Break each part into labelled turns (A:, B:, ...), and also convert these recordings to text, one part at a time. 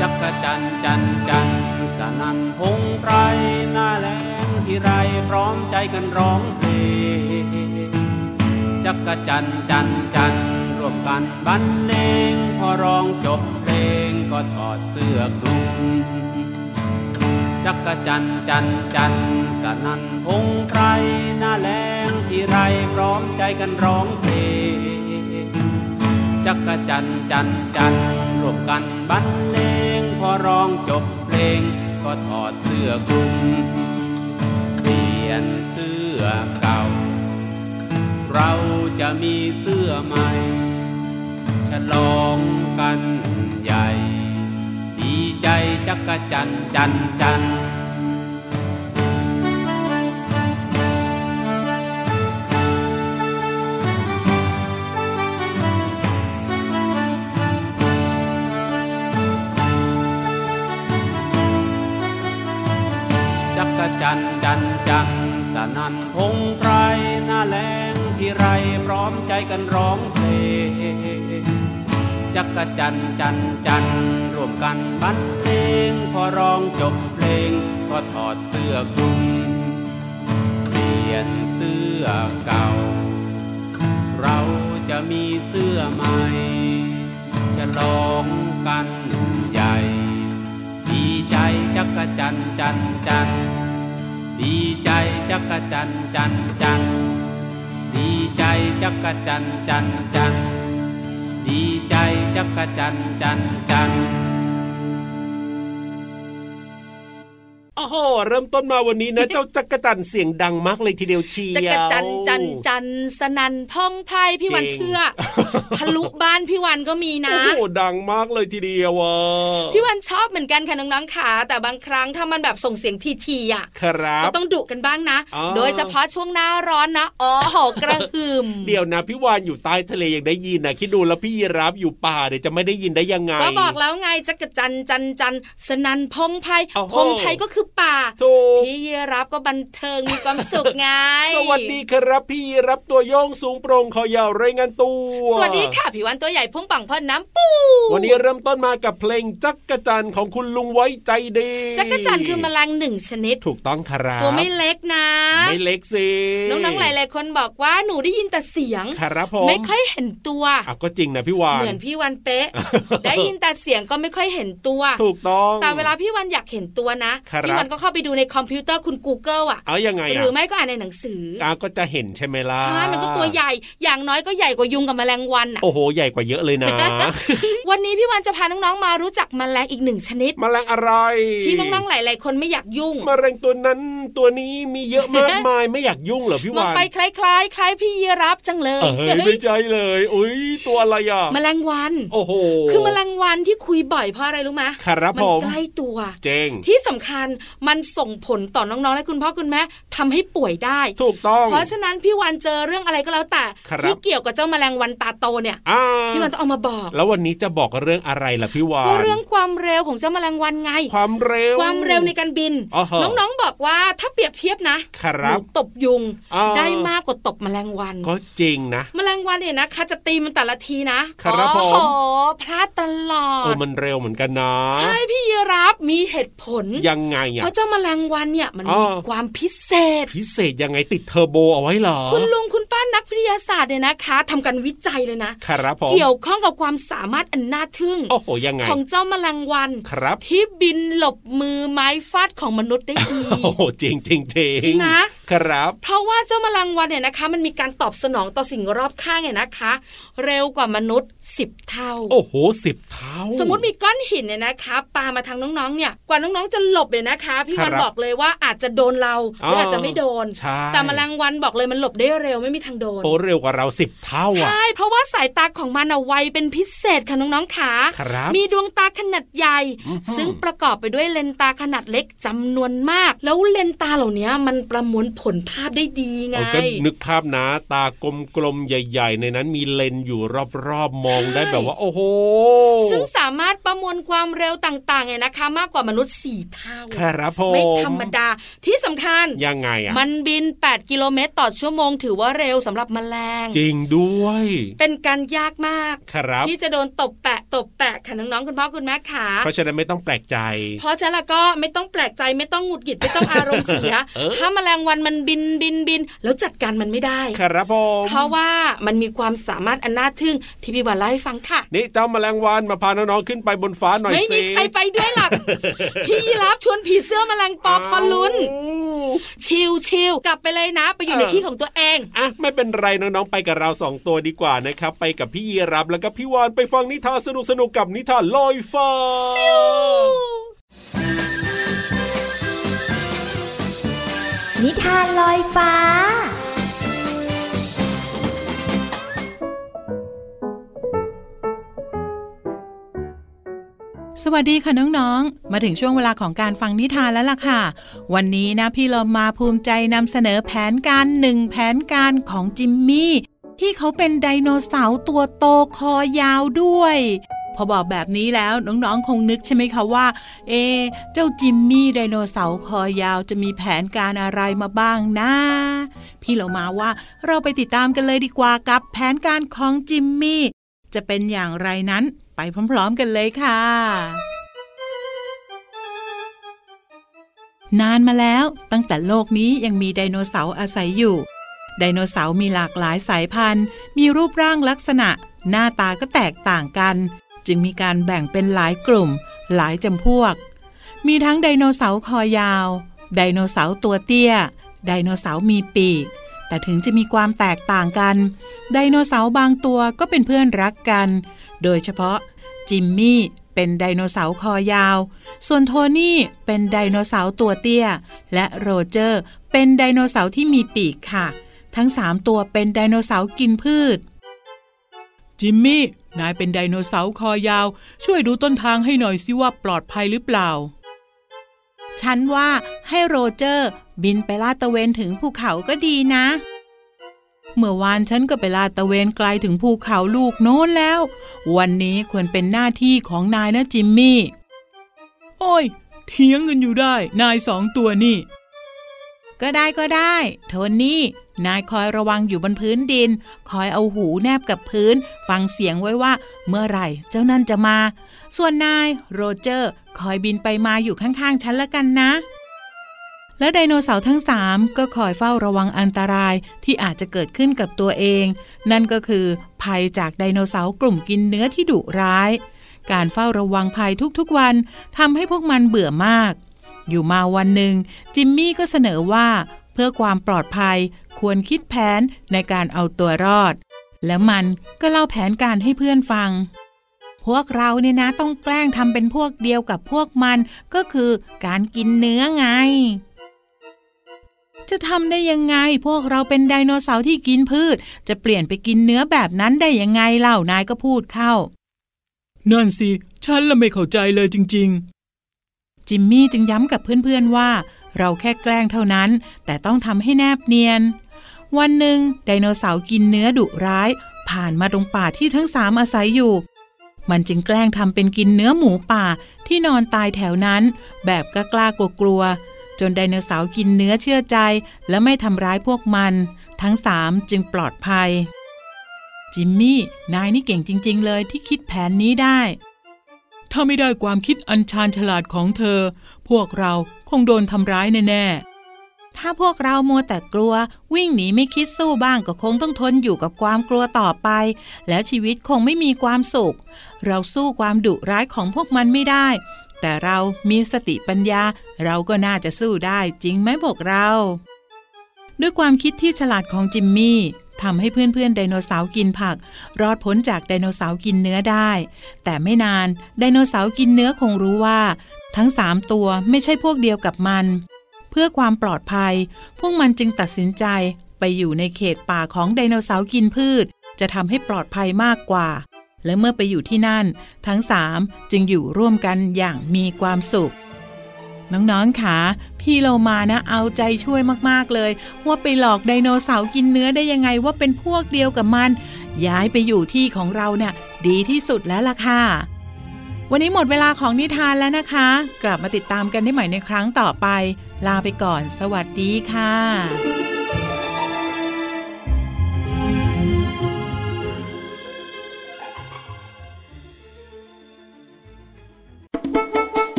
A: จักรจันทร์จันทร์จันทร์สนันพงไพรหน้าแลงที่ไรพร้อมใจกันร้องเพลงจักรจันทร์จันทร์จันทร์ร่วมกันบรรเลงพอร้องจบเพลงก็ถอดเสื้อคลุมจักรจันทร์จันทร์จันทร์สนันพงไพรหน้าแลงที่ไรพร้อมใจกันร้องเพลง จักรจันทร์จันทร์จันทร์รวมกันบรรเลงพอร้องจบเพลง ก็ถอดเสื้อคลุมเปลี่ยนเสื้อเก่า เราจะมีเสื้อใหม่ ฉลองกันใหญ่ ดีใจจักรจันทร์จันทร์จันทร์ จักรจันทร์จันทร์จันทร์สนันพงไพรหน้าแรงที่ไรพร้อมใจกันร้องเพลงจักรจันทร์จันทร์จันทร์ร่วมกันบรรเลงพอร้องจบเพลงก็ถอดเสื้อคลุมเปลี่ยนเสื้อเก่า เราจะมีเสื้อใหม่ ฉลองกันใหญ่ ดีใจจักกะจันจันจัน ดีใจจักกะจันจันจัน ดีใจจักกะจันจันจัน ดีใจจักกะจันจันจัน
B: โอ้โหเริ่มต้นมาวันนี้ นะ เจ้าจักรจันทร์เสียงดังมากเลยทีเดียวเชียว
C: จักรจันทร์จันทร์จันทร์สนันพองไพรพี่วัน
B: จริง
C: เชื่อ ทะลุบ้านพี่วันก็มีนะ
B: โอ้โหดังมากเลยทีเดียวอ่ะ
C: พี่วันชอบเหมือนกันค่ะน้องๆค่ะแต่บางครั้งถ้ามันแบบส่งเสียงทีๆอ่ะ
B: ครั
C: ก็
B: บ
C: ต้องดุกันบ้างนะ
B: อ๋อ
C: โดยเฉพาะช่วงหน้าร้อนนะอ๋อโหกระหึ่ม
B: เดี๋ยวนะพี่วานอยู่ใต้ทะเลยังได้ยินนะคิดดูแล้วพี่ยีรับอยู่ป่าเดี๋ยวจะไม่ได้ยินได้ยังไง
C: ก็บอกแล้วไงจักรจันทร์จันทร์จันทร์สนันพองไพร
B: โอ้โห
C: พองไพรก็คือป่า
B: ถูก
C: พี่รับก็บันเทิงมีความสุขไง
B: สวัสดีครับ พี่ยีรับตัวโยงสูงโปร่งคอยาวไรายงานตัว
C: สวัสดีค่ะผิววันตัวใหญ่พุ่งปังพอน้ำปู
B: วันนี้เริ่มต้นมากับเพลงจักกะจันทร์ของคุณลุงไว้ใจดี
C: จักรจันทร์คือแมลงหนึ่งชนิด
B: ถูกต้องครับ
C: ตัวไม่เล็กนะ
B: ไม่เล็กสิ
C: น้องๆ หลายๆ คนบอกว่าหนูได้ยินแต่เสียง
B: ครับผม
C: ไม่ค่อยเห็นตัว
B: อ่ะก็จริงนะพี่วาน
C: เหมือนพี่วันเป๊ะ ได้ยินแต่เสียงก็ไม่ค่อยเห็นตัว
B: ถูกต้อง
C: แต่เวลาพี่วันอยากเห็นตัวนะ
B: ครับ
C: พี่วันก็เข้าไปดูในคอมพิวเตอร์คุณ Google อ่ะ
B: เอายังไง
C: ห
B: อ่ะ
C: รือไม่ก็อ่านในหนังสืออ
B: อ่ะก็จะเห็นใช่ไหมล่ะ
C: ใช่มันก็ตัวใหญ่ อย่างน้อยก็ใหญ่กว่ายุงกับแมลงวันอ่ะ
B: โอ้โห ใหญ่กว่าเยอะ เลยนะ
C: วันนี้พี่วันจะพาน้องๆ มารู้จักแมลงอีกหนึ่งชนิด
B: แมลงอะไร
C: ที่น้องๆ หลาย ๆ คนไม่อยากยุ่ง
B: แมลงตัวนั้นตัวนี้มีเยอะ มากมาย ไม่อยากยุ่งเหรอพี่
C: มอง
B: วาน
C: ไปคล้ายๆ คล้ายพี่ยีรับจังเลย
B: เอ้ยไม่ใช่เลย อุ้ยตัวอะไรอ่ะ
C: แมลงวัน
B: โอ้โห
C: คือแมลงวันที่คุยบ่อยเพราะอะไรรู้ไหม
B: ครับ
C: มั
B: ผม
C: ใกล้ตัว
B: เจ๋ง
C: ที่สำคัญมันส่งผลต่อน้องๆ และคุณพ่อคุณแม่ทำให้ป่วยได้
B: ถูกต้อง
C: เพราะฉะนั้นพี่วันเจอเรื่องอะไรก็แล้วแต่
B: ครับ
C: ที่เกี่ยวกับเจ้าแมลงวันตาโตเนี่ย
B: อ่า
C: พี่วันต้องเอามาบอก
B: แล้ววันนี้จะบอกเรื่องอะไรล่ะพี่วาน
C: ก็เรื่องความเร็วของเจ้าแมลงวันไง
B: ความเร็ว
C: ความเร็วในการบิน
B: อ๋อฮะ
C: น้องๆบอกว่าถ้าเปรียบเทียบนะครับ หนูตบยุง
B: อ่า
C: ได้มากกว่าตบแมลงวัน
B: ก็จริงนะ
C: แมลงวันเนี่ยนะคะจะตีมันแต่ละทีนะครับ
B: ผม
C: โอ้โหพลาดตลอ
B: เออ
C: ด
B: มันเร็วเหมือนกันนะ
C: ใช่พี่ยีรับมีเหตุผล
B: ยังไงอ่ะ
C: เพราะเจ้าแมลงวันเนี่ยมัน
B: อ๋อ
C: มีความพิเศษ
B: พิเศษยังไงติดเทอร์โบเอาไว้เหรอ
C: คุณลุงคุณป้านักวิทยาศาสตร์เนี่ยนะคะทำการวิจัยเลยนะ
B: ครับผม
C: เกี่ยวข้องกับความสามารถอันน่าทึ่ง
B: โอ้โหยังไง
C: ของเจ้าแมลงวัน
B: ครับ
C: ที่บินหลบมือไม้ฟาดของมนุษย์ได้ดี
B: โอ้โหจริงจริงจริง
C: จริงนะ
B: ครับ
C: เพราะว่าเจ้าแมลงวันเนี่ยนะคะ มันมีการตอบสนองต่อสิ่งรอบข้างเนี่ยนะคะ เร็วกว่ามนุษย์ 10 เท่า
B: โอ้โหสิบเท้า
C: สมมติมีก้อนหินเนี่ยนะคะปามาทางน้องๆ เนี่ย กว่าน้องๆ จะหลบเนี่ยนะคะ พี่วัน
B: ครับ
C: บอกเลยว่าอาจจะโดนเราหรืออาจจะไม่โดน
B: ใช่
C: แต่แมลงวันบอกเลยมันหลบได้เร็วไม่มีทางโดน
B: โอ้เร็วกว่าเราสิบเท่าอ่ะ
C: ใช่ เพราะว่าสายตาของมันอะไวเป็นพิเศษค่ะน้องๆขา
B: ครับ
C: มีดวงตาขนาดใหญ่
B: อื้อหือ
C: ซึ่งประกอบไปด้วยเลนส์ตาขนาดเล็กจำนวนมาก แล้วเลนส์ตาเหล่านี้มันประมวล ผลภาพได้ดีไง
B: เอาก็นึกภาพนะตากลมๆใหญ่ ๆ ในนั้นมีเลนส์อยู่รอบๆมองได้
C: ใช่
B: แบบว่าโอ้โห
C: ซึ่งสามารถประมวลความเร็วต่างๆเนี่ยนะคะ มากกว่ามนุษย์สี่เท่า
B: ครับผม
C: ไม่ธรรมดาที่สำคัญ
B: ยังไงอ่ะ
C: มันบิน 8 กิโลเมตรต่อชั่วโมง ถือว่าเร็วสำหรับแมลง
B: จริงด้วย
C: เป็นการยากมาก
B: ครับ
C: ที่จะโดนตบแปะตบแปะค่ะน้องๆคุณพ่อคุณแม่ขา
B: เพราะฉะนั้นไม่ต้องแปลกใจ
C: เพราะฉะนั้นแล้วก็ไม่ต้องแปลกใจไม่ต้องหงุดหงิดไม่ต้องอารมณ์เสีย
B: เออ
C: ถ้าแมลงวันมันบินบินบิน แล้วจัดการมันไม่ได้
B: ครับผม
C: เพราะว่ามันมีความสามารถอันน่าทึ่งที่พี่วันเล่าให้ฟังค่ะ
B: นี่เจ้าแมลงวันมาพาน้องๆขึ้นไปบนฟ้าหน่อย
C: ไม่
B: สิ
C: มีใครไปด้วย หรอก พี่ยีรับชวนผีเสื้อแมลงปอพอลุ้น
B: อ้าว
C: ชิวชิวๆกลับไปเลยนะ ไปอยู่ในที่ของตัวเอง
B: อ่ะไม่เป็นไรน้องๆไปกับเราสองตัวดีกว่านะครับ ไปกับพี่ยีรับแล้วก็พี่วานไปฟังนิทานสนุกๆกับนิทานลอยฟ้า
D: นิทานลอยฟ้า
E: สวัสดีค่ะน้องๆ มาถึงช่วงเวลาของการฟังนิทานแล้วล่ะค่ะ วันนี้นะพี่เรามาภูมิใจนำเสนอแผนการหนึ่งแผนการของจิมมี่ ที่เขาเป็นไดโนเสาร์ตัวโตคอยาวด้วย พอบอกแบบนี้แล้วน้องๆ คงนึกใช่ไหมคะว่า เอะเจ้าจิมมี่ไดโนเสาร์คอยาวจะมีแผนการอะไรมาบ้างนะ พี่เรามาว่าเราไปติดตามกันเลยดีกว่ากับแผนการของจิมมี่ จะเป็นอย่างไรนั้นไปพร้อมๆกันเลยค่ะ นานมาแล้วตั้งแต่โลกนี้ยังมีไดโนเสาร์อาศัยอยู่ ไดโนเสาร์มีหลากหลายสายพันธุ์ มีรูปร่างลักษณะ หน้าตาก็แตกต่างกัน จึงมีการแบ่งเป็นหลายกลุ่ม หลายจำพวก มีทั้งไดโนเสาร์คอยาว ไดโนเสาร์ตัวเตี้ย ไดโนเสาร์มีปีก แต่ถึงจะมีความแตกต่างกัน ไดโนเสาร์บางตัวก็เป็นเพื่อนรักกัน โดยเฉพาะจิมมี่เป็นไดโนเสาร์คอยาว ส่วนโทนี่เป็นไดโนเสาร์ตัวเตี้ย และโรเจอร์เป็นไดโนเสาร์ที่มีปีกค่ะ ทั้ง 3 ตัวเป็นไดโนเสาร์กินพืช จิมมี่ นายเป็นไดโนเสาร์คอยาว ช่วยดูต้นทางให้หน่อยสิว่าปลอดภัยหรือเปล่า ฉันว่าให้โรเจอร์บินไปลาดตระเวนถึงภูเขาก็ดีนะ เมื่อวานฉันก็ไปลาดตระเวนไกลถึงภูเขาลูกโน้นแล้ว วันนี้ควรเป็นหน้าที่ของนายนะจิมมี่ โอ้ย เถียงกันอยู่ได้ นายสองตัวนี่ ก็ได้ก็ได้ โทนี่ นายคอยระวังอยู่บนพื้นดิน คอยเอาหูแนบกับพื้น ฟังเสียงไว้ว่า เมื่อไหร่เจ้านั่นจะมา ส่วนนายโรเจอร์ คอยบินไปมาอยู่ข้างๆฉันละกันนะ และไดโนเสาร์ทั้ง 3 ก็คอยเฝ้าระวังอันตรายที่อาจจะเกิดขึ้นกับตัวเอง นั่นก็คือภัยจากไดโนเสาร์กลุ่มกินเนื้อที่ดุร้าย การเฝ้าระวังภัยทุกๆวันทำให้พวกมันเบื่อมาก อยู่มาวันหนึ่ง จิมมี่ก็เสนอว่า เพื่อความปลอดภัยควรคิดแผนในการเอาตัวรอด แล้วมันก็เล่าแผนการให้เพื่อนฟัง พวกเราเนี่ยนะต้องแกล้งทำเป็นพวกเดียวกับพวกมันก็คือการกินเนื้อไง จะทำได้ยังไง พวกเราเป็นไดโนเสาร์ที่กินพืช จะเปลี่ยนไปกินเนื้อแบบนั้นได้ยังไงเล่านายก็พูดเข้า นั่นสิ ฉันละไม่เข้าใจเลยจริง ๆ จิมมี่จึงย้ำกับเพื่อน ๆ ว่า เราแค่แกล้งเท่านั้น แต่ต้องทำให้แนบเนียน วันหนึ่งไดโนเสาร์กินเนื้อดุร้าย ผ่านมาตรงป่าที่ทั้งสามอาศัยอยู่ มันจึงแกล้งทำเป็นกินเนื้อหมูป่าที่นอนตายแถวนั้น แบบกล้ากลัวกลัวๆจนไดโนเสาร์กินเนื้อเชื่อใจ และไม่ทำร้ายพวกมัน ทั้งสามจึงปลอดภัย จิมมี่ นายนี่เก่งจริง ๆ เลยที่คิดแผนนี้ได้ ถ้าไม่ได้ความคิดอันชาญฉลาดของเธอ พวกเราคงโดนทำร้ายแน่ๆ ถ้าพวกเรามัวแต่กลัว วิ่งหนีไม่คิดสู้บ้างก็คงต้องทนอยู่กับความกลัวต่อไป แล้วชีวิตคงไม่มีความสุข เราสู้ความดุร้ายของพวกมันไม่ได้ แต่เรามีสติปัญญา เราก็น่าจะสู้ได้จริงไหมพวกเรา ด้วยความคิดที่ฉลาดของจิมมี่ทำให้เพื่อนๆไดโนเสาร์กินผัก รอดพ้นจากไดโนเสาร์กินเนื้อได้ แต่ไม่นานไดโนเสาร์กินเนื้อคงรู้ว่า ทั้งสามตัวไม่ใช่พวกเดียวกับมัน เพื่อความปลอดภัย พวกมันจึงตัดสินใจไปอยู่ในเขตป่าของไดโนเสาร์กินพืช จะทำให้ปลอดภัยมากกว่า และเมื่อไปอยู่ที่นั่น ทั้งสามจึงอยู่ร่วมกันอย่างมีความสุข น้องๆค่ะพี่เรามานะเอาใจช่วยมากๆเลย ว่าไปหลอกไดโนเสาร์กินเนื้อได้ยังไงว่าเป็นพวกเดียวกับมัน ย้ายไปอยู่ที่ของเราเนี่ยดีที่สุดแล้วล่ะค่ะ วันนี้หมดเวลาของนิทานแล้วนะคะ กลับมาติดตามกันได้ใหม่ในครั้งต่อไป ลาไปก่อน สวัสดีค่ะ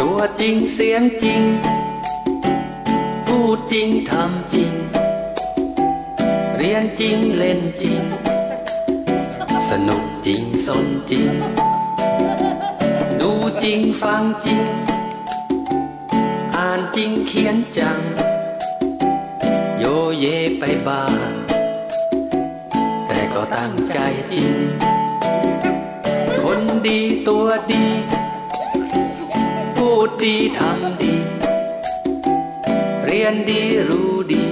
F: ตัวจริงเสียงจริง พูดจริงทำจริง เรียนจริงเล่นจริง สนุกจริงสนจริง ดูจริงฟังจริง อ่านจริงเขียนจัง โยเยไปบ้างแต่ก็ตั้งใจจริง คนดีตัวดี พูดดีทำดี เรียนดีรู้ดี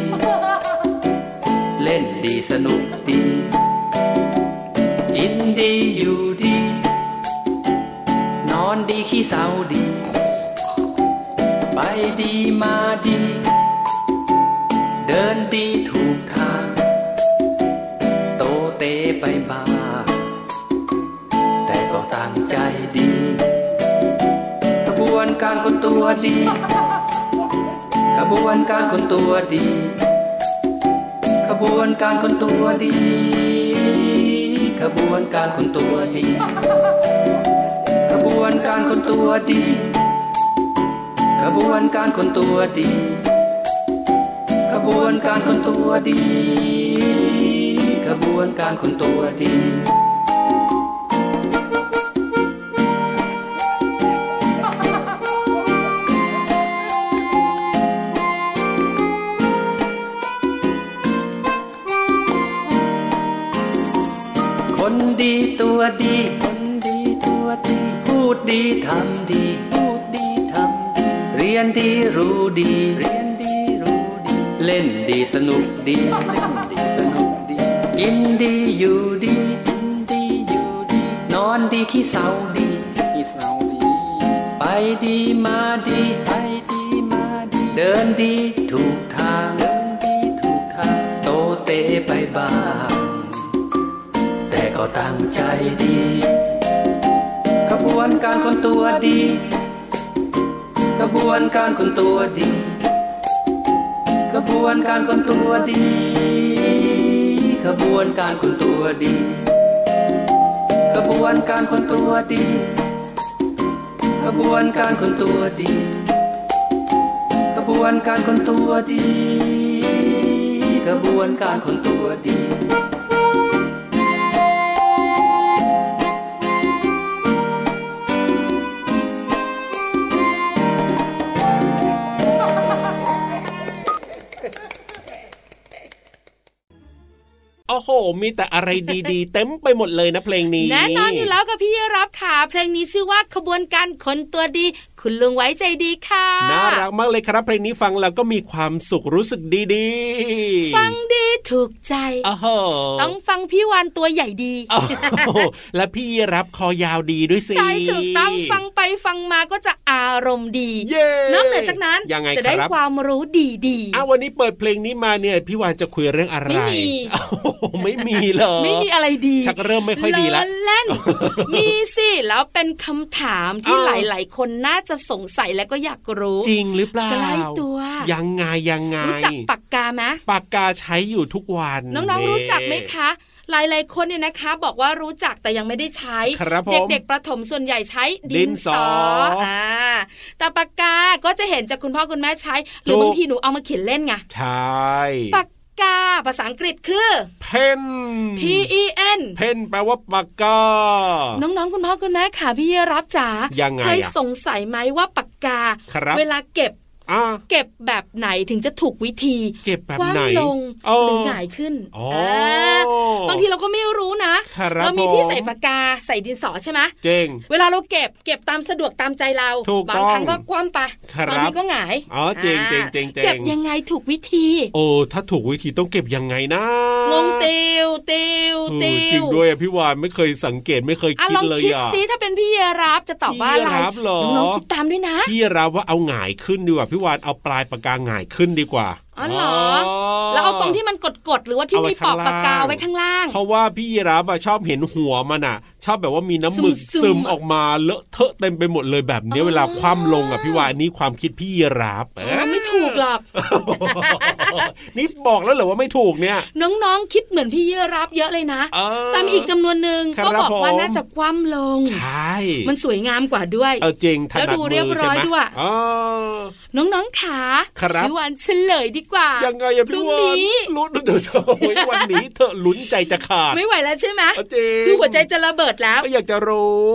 F: เล่นดีสนุกดีกินดีอยู่ดี นอนดีขี้เศร้าดี ไปดีมาดี เดินดีถูกทาง โตเตไปบ้างแต่ก็ตั้งใจดี ขบวนการคนตัวดี ขบวนการคนตัวดี ขบวนการคนตัวดี ขบวนการคนตัวดี ขบวนการคนตัวดี ขบวนการคนตัวดี ขบวนการคนตัวดี ขบวนการคนตัวดี คนดีตัวดี คนดีตัวดี พูดดีทำดี พูดดีทำดี เรียนดีรู้ดี เรียนดีรู้ดี เล่นดีสนุกดี เล่นดีสนุกดี กินดีอยู่ดี กินดีอยู่ดี นอนดีขี้เศร้าดีขี้เศร้าดี ไปดีมาดี ไปดีมาดี เดินดีถูกทาง เดินดีถูกทาง โตเตไปบ้าง แต่ก็ตั้งใจดี ขบวนการคนตัวดี ขบวนการคนตัวดี ขบวนการคนตัวดี ขบวนการคนตัวดี ขบวนการคนตัวดี ขบวนการคนตัวดี ขบวนการคนตัวดี ขบวนการคนตัวดี
B: โอ้โห มีแต่อะไรดีๆ เต็มไปหมดเลยนะเพลงนี้
C: แน่นอนอยู่แล้วกับพี่รับค่ะ เพลงนี้ชื่อว่าขบวนการคนตัวดี คุณลุงไว้ใจดีค่ะ
B: น่ารักมากเลยครับเพลงนี้ฟังแล้วก็มีความสุขรู้สึกดีๆ
C: ฟังดีถูกใจ
B: โอ้โห
C: ต้องฟังพี่วันตัวใหญ่ดี
B: โอ้โหและพี่รับคอยาวดีด้วยสิ
C: ใช่ถูกต้องฟังไปฟังมาก็จะอารมณ์ดี
B: เย้
C: นอกเหนือจากนั้น
B: ยังไง
C: จะได้
B: ครับ
C: ความรู้ดีดีๆ
B: อ้าววันนี้เปิดเพลงนี้มาเนี่ยพี่วานจะคุยเรื่องอะไร
C: ไม่มี
B: อ้าวไม่มีเหรอ
C: ไม่มีอะไรดี
B: ชักเริ่มไม่ค่อยดีละ
C: อเล่ น มีสิแล้วเป็นคำถามที่
B: อ้าว
C: หลาย ๆ คนน่าจะสงสัยและก็อยากรู้
B: จริงหรือเปล่า
C: ใกล้ตัว
B: ยังไงยังไง
C: รู้จักปากกาไหม
B: ปากกาใช้อยู่ทุกวัน
C: น้องๆ รู้จักไหมคะ หลาย ๆ คนเนี่ยนะคะ บอกว่ารู้จักแต่ยังไม่ได้ใช้
B: ครับผม
C: เด็กๆ ประถมส่วนใหญ่ใช้ดินสอ
B: ดินสออ่
C: าแต่ปากกา ก็จะเห็นจากคุณพ่อคุณแม่ใช้ หรือ
B: ถูก
C: บางทีหนูเอามาเขียนเล่นไง
B: ใช่
C: ปากกา ภาษาอังกฤษคือ
B: เพน
C: P E N
B: เพนแปลว่าปากกา
C: น้องๆ คุณพ่อคุณแม่ค่ะพี่รับจ๋า
B: ยังไงอะ
C: เคยสงสัยไหมว่าปากกา
B: ครับ
C: เวลาเก็บ
B: อ่ะ
C: เก็บแบบไหนถึงจะถูกวิธี
B: เก็บแบบ
C: คว้าง
B: ไหน
C: ลง
B: อ๋อ
C: หรือหงายขึ้น
B: อ๋อ
C: เออ บางทีเราก็ไม่รู้นะครับ เรามีที่
B: ผม
C: ใส่ปากกาใส่ดินสอใช่ไหม
B: เจ๋ง
C: เวลาเราเก็บเก็บตามสะดวกตามใจเรา
B: ถูก
C: บาง
B: ต้อง
C: ครั้งก็คว่ำไป
B: ครับ
C: บางทีก็หงาย
B: อ๋อเจ๋งเจ๋งเจ๋งเจ๋ง
C: เก็บยังไงถูกวิธี
B: โอ้ถ้าถูกวิธีต้องเก็บยังไงนะ
C: งงติวติว
B: เออ
C: ติ
B: จริง
C: ว
B: ด้วยอะพี่วานไม่เคยสังเกตไม่เคย
C: อ่ะ
B: คิด
C: ลอง
B: เลย
C: คิด
B: อ่ะ
C: ซิถ้าเป็นพี่เยรับจะตอบว่าอะ
B: พี่
C: ไร
B: ยีราฟเหรอ
C: น้องๆคิดตามด้วยนะ
B: พี่รับว่าเอาหงายขึ้นดีกว่าพี่วานเอาปลายปากกาหงายขึ้นดีกว่า
C: อ๋อเหรอ แล้วเอาตรงที่มันกดๆหรือว่าที่
B: เา
C: มี
B: ว้
C: ป
B: ข้
C: อก
B: ง
C: ปากกาไว้ข้างล่าง
B: เพราะว่าพี่ยีรับอะชอบเห็นหัวมันอ่ะ ชอบแบบว่ามีน้ำหมึก
C: ซึ
B: ซึ
C: ม
B: ม
C: ๆอะ
B: ออกมาเลอะเทอะเต็มไปหมดเลยแบบเนี้ย
C: อ๋อ
B: เวลาคว่ำลงอ่ะพี่วานนี่ความคิดพี่ยีรับเอ
C: เอ
B: อ
C: อไม่ถูกหรอก
B: นี่บอกแล้วเหรอว่าไม่ถูกเนี่ย
C: น้องๆ คิดเหมือนพี่เยรับเยอะเลยนะ
B: เอ
C: แต่มีอีกจำนวนหนึ่ง
B: ครับ
C: ก็บอกว่า
B: ผม
C: น่าจะคว่ำลง
B: ใช่
C: มันสวยงามกว่าด้วย
B: เอาจริงถ
C: แล้
B: นั
C: ว
B: ด
C: ดูเรียบร้อย
B: มืใช่ไหม
C: ด้วย
B: อ๋อ
C: น้องๆขา
B: ครับ
C: พี่วันเฉลยดีกว่า
B: ยังไงอะ
C: พ
B: พี่
C: รุ่ง
B: วาน
C: นี้
B: ลุ้นเดี๋ยวเธอโอ้ยวันนี้เธอลุ้นใจจะขาด
C: ไม่ไหวแล้วใช่ไหม
B: เอาจริง
C: คือหัวใจจะระเบิดแล้ว
B: ก็อยากจะรู้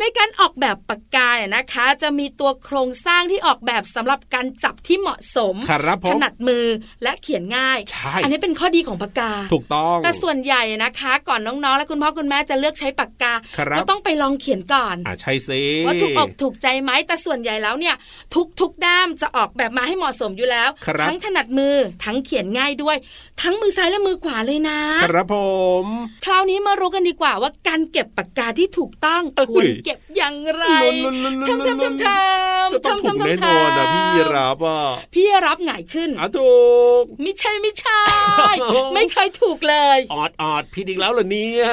C: ในการออกแบบปากกาเนี่ยนะคะ จะมีตัวโครงสร้างที่ออกแบบสำหรับการจับที่เหมาะสม
B: ครับผม
C: ถนัดมือและเขียนง่าย
B: ใช่
C: อันี้เป็นข้อดีของปากกา
B: ถูกต้อง
C: แต่ส่วนใหญ่นะคะ ก่อนน้องๆ และคุณพ่อคุณแม่จะเลือกใช้ปากกา
B: ครับ
C: ก็ต้องไปลองเขียนก่อน
B: อ่าใช่สิ
C: ว่าถูกอกถูกใจไหมแต่ส่วนใหญ่แล้วเนี่ย ทุกๆด้ามจะออกแบบมาให้เหมาะสมอยู่แล้ว ทั้งถนัดมือทั้งเขียนง่ายด้วย ทั้งมือซ้ายและมือขวาเลยนะ
B: ครับผม
C: คราวนี้มารู้กันดีกว่าว่าการเก็บปากกาที่ถูกต้อง
B: เอ้ย
C: ควรเก็บอย่างไร
B: ลุ้นๆๆๆๆ
C: ทำทำทำทำ
B: จะต้องถูกแน่นอนนะพี่รับอ่ะ
C: พี่รับหงายขึ้น
B: อ่ะถูก
C: ไม่ใช่ไม่ใช่
B: โอ้โห
C: ไม่เคยถูกเลย
B: ออดออดผิดอีกแล้วเหรอเนี่ย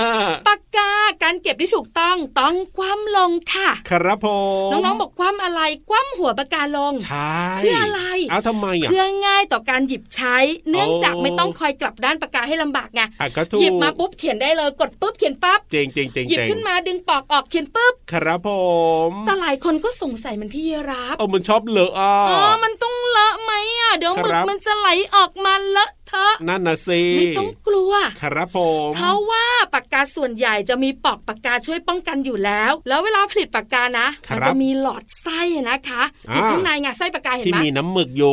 C: ปากกาการเก็บที่ถูกต้องต้องคว่ำลงค่ะ
B: ครับผม
C: น้องๆบอกคว่ำอะไรคว่ำหัวปากกาลง
B: ใช่
C: เพื่ออะไร
B: เอาทำไมอ่ะ
C: เพื่อง่ายต่อการหยิบใช้ เนื่องจาก
B: โอ้
C: ไม่ต้องคอยกลับด้านปากกาให้ลำบากไง
B: อ่ะก็ถูก
C: หยิบมาปุ๊บเขียนได้เลยกดปุ๊บเขียนปั๊บ
B: เจ๋งเจ๋งเจ๋ง
C: หยิบ
B: เจ๋ง
C: ขึ้นมาดึงปอกออกเขียนปุ๊บ
B: ครับผม
C: แต่หลายคนก็สงสัยเหมันพี่รับ
B: เอามันชอบเลอะอ่ะ
C: อ๋อมันต้องเลอะไหมอ่ะเดี๋ยวหมึ
B: ครั
C: ก
B: บ
C: มันจะไหลออกมาเลอะเทอะ
B: นั่นนะสิ
C: ไม่ต้องกลัว
B: ครับผม
C: เพราะว่าปากกาส่วนใหญ่จะมีปอกปากกาช่วยป้องกันอยู่แล้ว แล้วเวลาผลิตปากกานะมันจะมีหลอดไส้นะคะอยู่ข้างในไงไส้ปากกาเห็น
B: ที่
C: ไหม
B: มีน้ำหมึกโย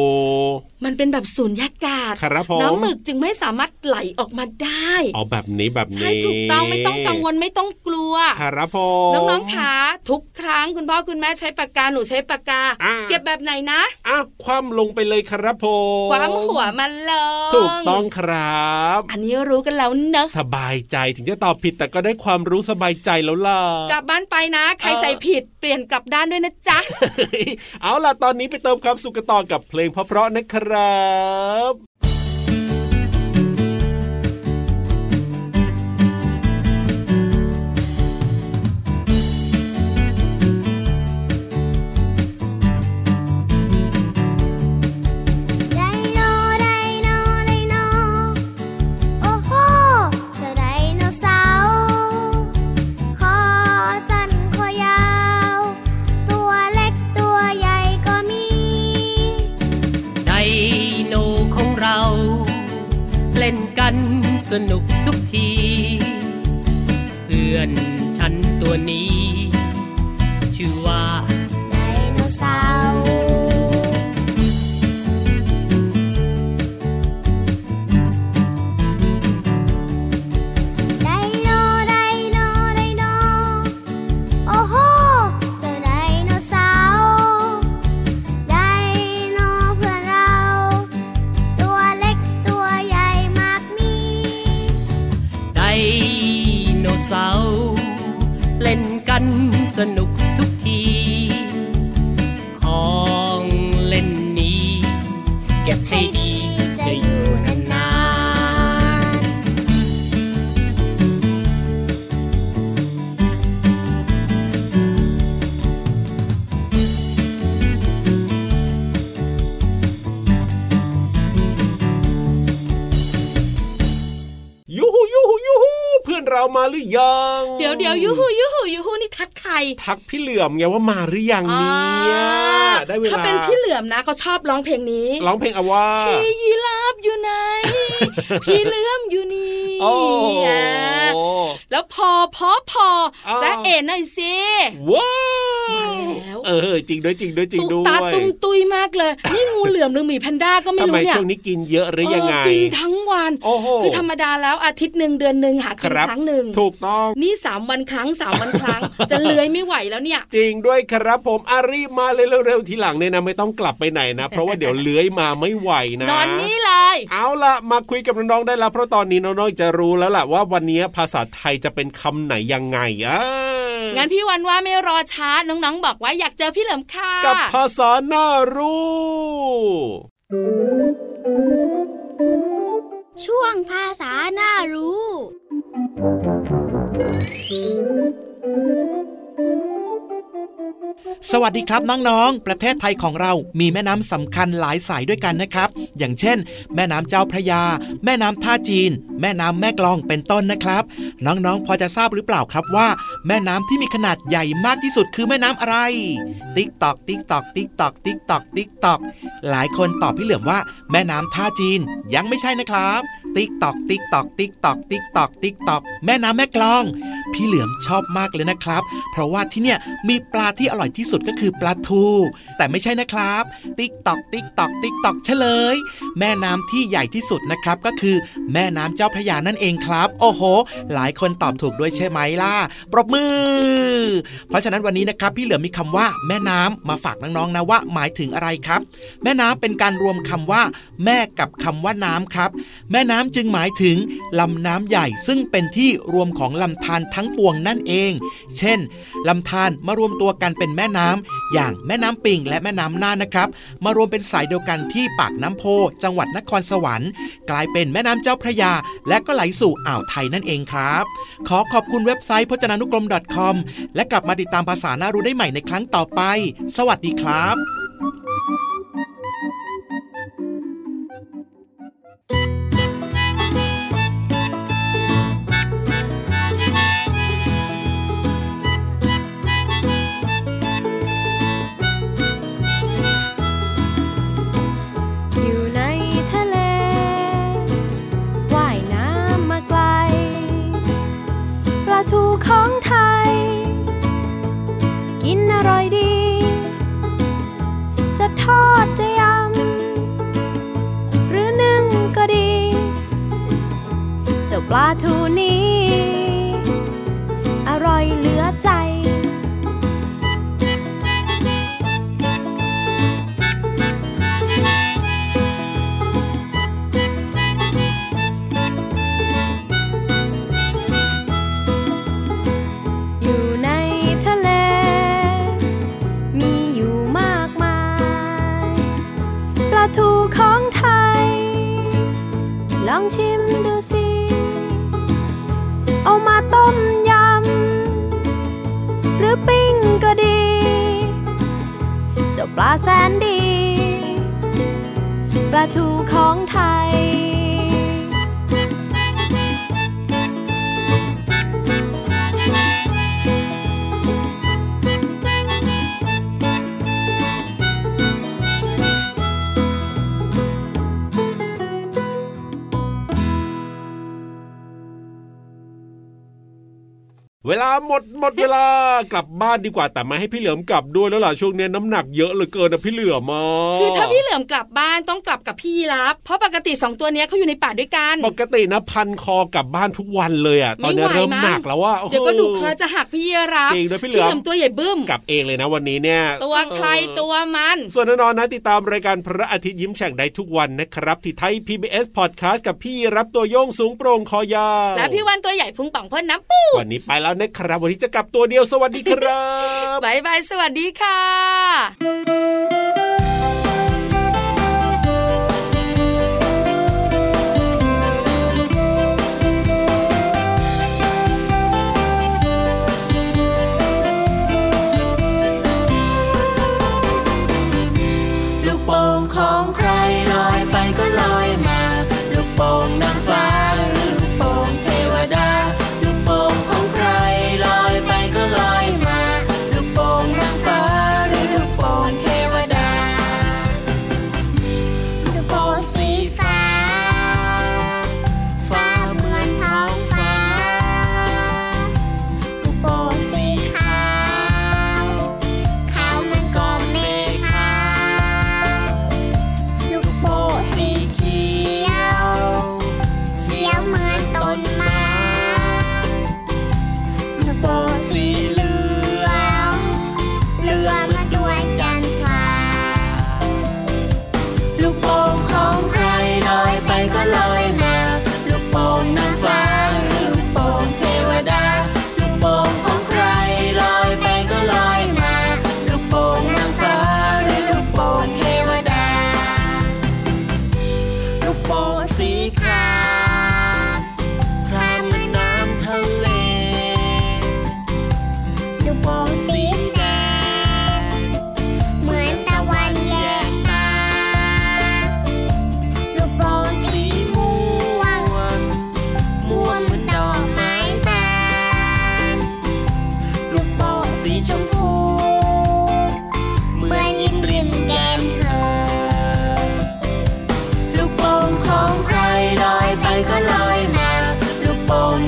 C: มันเป็นแบบสูญญากาศ
B: ครับผม
C: น้ำหมึกจึงไม่สามารถไหลออกมาได้
B: อ๋อแบบนี้แบบนี้
C: ใช่ถูกต้องไม่ต้องกังวลไม่ต้องกลัว
B: ครับผม
C: น้องๆคะทุกครั้งคุณพ่อคุณแม่ใช้ปากกาหนูใช้ปากกา
B: อ่า
C: เก็บแบบไหนนะ
B: อ้าวคว่ำลงไปเลยครับผม
C: ความหัวมันลง
B: ถูกต้องครับ
C: อันนี้รู้กันแล้วเนอะ
B: สบายใจถึงจะตอบผิดแต่ก็ได้ความรู้สบายใจแล้วล่ะ
C: กลับบ้านไปนะ ใคร
B: เออ
C: ใส่ผิดเปลี่ยนกลับด้านด้วยนะจ๊ะ
B: เอาล่ะ ตอนนี้ไปเติมความสุขกันต่อกับเพลงเพราะๆนะครับ
G: ไดโนไดโนไดโน โอ้โหเจ้าไดโนเสาร์คอสั้นคอยาว ตัวเล็กตัวใหญ่ก็มี
H: ไดโนของเรา เล่นกันสนุกทุกที เพื่อนฉันตัวนี้ ชื่อว่า
G: ไดโนเสาร์ไดโนไดโนไดโน โอ้โห เจ้าไดโนเสาร์ไดโนเพื่อนเรา ตัวเล็กตัวใหญ่มากมี
H: ไดโนเสาร์เล่นกันสนุกทุกที ของเล่นนี้ เก็บให้ดีจะอยู่นานๆ
B: ยูฮูยูฮูยูฮูเพื่อนเรามาหรือยัง
C: เดี๋ยวเดี๋ยวยูฮูยูฮูยูฮูนี่ทักใคร
B: ทักพี่เหลือมไงว่ามาหรือยังเนี่ยได้เว
C: เขา
B: ลา
C: เป็นพี่เหลือมนะเขาชอบร้องเพลงนี้
B: ร้องเพลงเอาว่า
C: พี่ยีราฟอยู่ ไหน พี่เหลื่อมอยู่นี่
B: โอ้
C: อ่ะแล้วพอพอพอ
B: อ้าว
C: จะเอ๋หน่อยสิ
B: ว้าว
C: มาแล้ว
B: เออจริงด้วยจริงด้วยจริง
C: ตุ๊
B: ด้ว
C: ก
B: ย
C: ตาตุ้มตุ้ยมากเลย นี่งูเหลือมหรือหมีแพนด้าก็ไม่
B: ทำไม
C: รู้เนี่ย
B: ช่วงนี้กินเยอะหรือยังไง
C: เออกินทั้งวัน
B: โอ้โห
C: คือธรรมดาแล้วอาทิตย์หนึ่งเดือนหนึ่งหากิน
B: ครับ
C: ครั้งหนึ่ง
B: ถูกต้อง
C: นี่สามวันครั้งสามวันครั้ง จะเลื้อยไม่ไหวแล้วเนี่ย
B: จริงด้วยครับผมอารีบมาเลยเร็วๆทีหลังเนี่ยนะไม่ต้องกลับไปไหนนะ เพราะว่าเดี๋ยวเลื้อยมาไม่ไหวนะ
C: นอนนี่เลย
B: เอาล่ะ มาคุยกับน้องๆได้แล้ว เพราะตอนนี้น้องๆจะรู้แล้วล่ะว่าวันนี้ภาษาไทยจะเป็นคำไหนยังไงอ่ะ
C: งั้นพี่วันว่าไม่รอช้าน้องๆ บอกว่าอยากเจอพี่เหลิมค่ะ
B: กับภาษาหน้ารู้
G: ช่วงภาษาน่ารู้
I: สวัสดีครับน้องๆ ประเทศไทยของเรามีแม่น้ำสำคัญหลายสายด้วยกันนะครับ อย่างเช่น แม่น้ำเจ้าพระยา แม่น้ำท่าจีน แม่น้ำแม่กลองเป็นต้นนะครับ น้องๆ พอจะทราบหรือเปล่าครับว่า แม่น้ำที่มีขนาดใหญ่มากที่สุดคือแม่น้ำอะไร ติ๊กตอกติ๊กตอกติ๊กตอกติ๊กตอกติ๊กตอก หลายคนตอบพี่เหลือมว่าแม่น้ำท่าจีนยังไม่ใช่นะครับ ติ๊กตอกติ๊กตอกติ๊กตอกติ๊กตอกติ๊กตอกแม่น้ำแม่กลอง พี่เหลือมชอบมากเลยนะครับ เพราะว่าที่เนี่ยมีปลาที่อร่อยที่สุดก็คือปลาทู แต่ไม่ใช่นะครับ ติ๊กตอกติ๊กตอกติ๊กตอกเฉลย แม่น้ำที่ใหญ่ที่สุดนะครับก็คือ แม่น้ำเจ้าพระยานั่นเองครับ โอ้โห หลายคนตอบถูกด้วยใช่ไหมล่ะ ปรบมือ เพราะฉะนั้นวันนี้นะครับ พี่เหลือมมีคำว่า แม่น้ำมาฝากน้องๆนะว่าหมายถึงอะไรครับ แม่น้ำเป็นการรวมคำว่า แม่กับคำว่าน้ำครับ แม่น้ำจึงหมายถึงลำน้ำใหญ่ซึ่งเป็นที่รวมของลำธารทั้งปวงนั่นเอง เช่นลำธารมารวมตัวกันเป็นแม่น้ำอย่างแม่น้ำปิงและแม่น้ำน่านนะครับ มารวมเป็นสายเดียวกันที่ปากน้ำโพ จังหวัดนครสวรรค์ กลายเป็นแม่น้ำเจ้าพระยา และก็ไหลสู่อ่าวไทยนั่นเองครับ ขอขอบคุณเว็บไซต์พจนานุกรม .com และกลับมาติดตามภาษาหน้ารู้ได้ใหม่ในครั้งต่อไป สวัสดีครับ
J: อยู่ในทะเล ว่ายน้ำมาไกล ปลาทูของไทย กินอร่อยดี จะทอดจะยำ หรือนึ่งก็ดี เจ้าปลาทูนี้ อร่อยเหลือใจ อยู่ในทะเล มีอยู่มากมาย ปลาทูของไทย ลองชิมดูสิ เอามาต้มยำ หรือปิ้งก็ดี เจ้าปลาแสนดี ปลาทูของไทย
B: เวลาหมดหมดเวลา กลับบ้านดีกว่าแต่ไม่ให้พี่เหลือมกลับด้วยแล้วล่ะช่วงเนี้ยน้ำหนักเยอะเหลือเกินนะพี่เหลือมอ่ะ
C: คือถ้าพี่เหลิมกลับบ้านต้องกลับกับพี่ยีรับเพราะปกติสองตัวเนี้ยเขาอยู่ในป่าด้วยกัน
B: ปกตินะพันคอกลับบ้านทุกวันเลยอ่ะตอนเนี้ย
C: ไม่ไหว
B: เริ่ม
C: มั้ง
B: หนักแล้วว่าโอ้โห
C: เดี๋ยวก็ดูคอจะหักพี่ยีรับ
B: จริงด้วยพี่เหลือม
C: ตัวใหญ่บึ้ม
B: กลับเองเลยนะวันนี้เนี่ย
C: ตัวใคร
B: เออ
C: ตัวมัน
B: ส่วนน้องๆนะติดตามรายการพระอาทิตย์ยิ้มแฉ่งได้ทุกวันนะครับ ที่ไทย PBS Podcast กับพี่รับตัวโยงสูงโปร่งคอยาว
C: และพี่วันตัวใหญ่พุงป่องพ่นน้ำปู
B: วันนี้ไปแล้วนะครับ วันนี้จะกลับตัวเดียวสวัสดีครับ
C: บายบายสวัสดีค่ะ
H: ลูกโป่งของใครลอยไปก็ลอยมา ลูกโป่งนางฟ้าหรือลูกโป่งเทวดา ลูกโป่งของใครลอยไปก็ลอยมา ลูกโป่งนางฟ้าหรือลูกโป่ง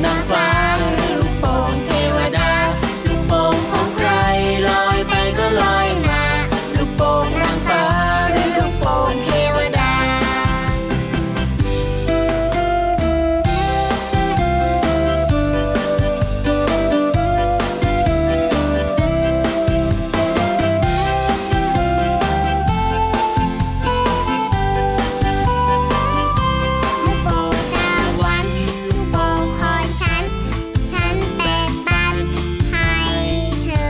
H: นางฟ้าลูกโป่งเทวดา ลูกโป่งของใครลอยไปก็ลอยมา ลูกโป่งนางฟ้าหรือลูกโป่งเทวดา
K: ลูกโป่งสวรรค์ลูกโป่งของฉัน ฉันแบ่งปันให้เธอ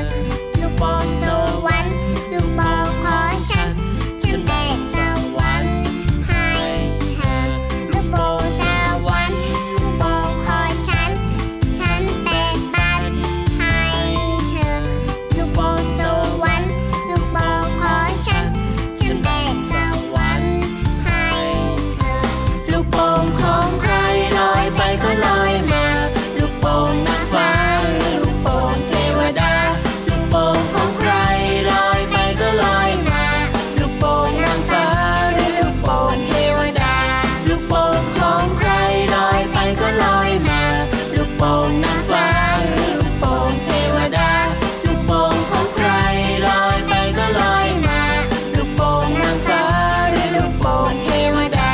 K: ลูกโป่งสวรรค์ลูกโป่งของฉัน ฉันแบ่งสวรรค์ให้เธอ ลูกโป่งสวรรค์ลูกโป่งของฉัน ฉันแบ่งปันให้เธอ ลูกโป่งสวรรค์ลูกโป่งของฉัน ฉันแบ่งสวรรค์ให้เธอ
H: ลูกโป่งของใครลอยไปก็ลอยมา ลูกโป่งนางฟ้าหรือลูกโป่งเทวดา ลูกโป่งของใครลอยไปก็ลอยมา ลูกโป่งนางฟ้าหรือลูกโป่งเทวดา ลูกโป่งของใครลอยไปก็ลอยมา ลูกโป่งนางฟ้าหรือลูกโป่งเทวดา ลูกโป่งของใครลอยไปก็ลอยมา ลูกโป่งนางฟ้าหรือลูกโป่งเทวดา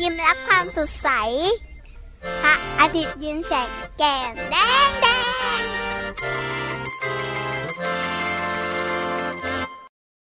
K: ยิ้มรับความสดใส พระอาทิตย์ยิ้มแฉกแก้มแดงแด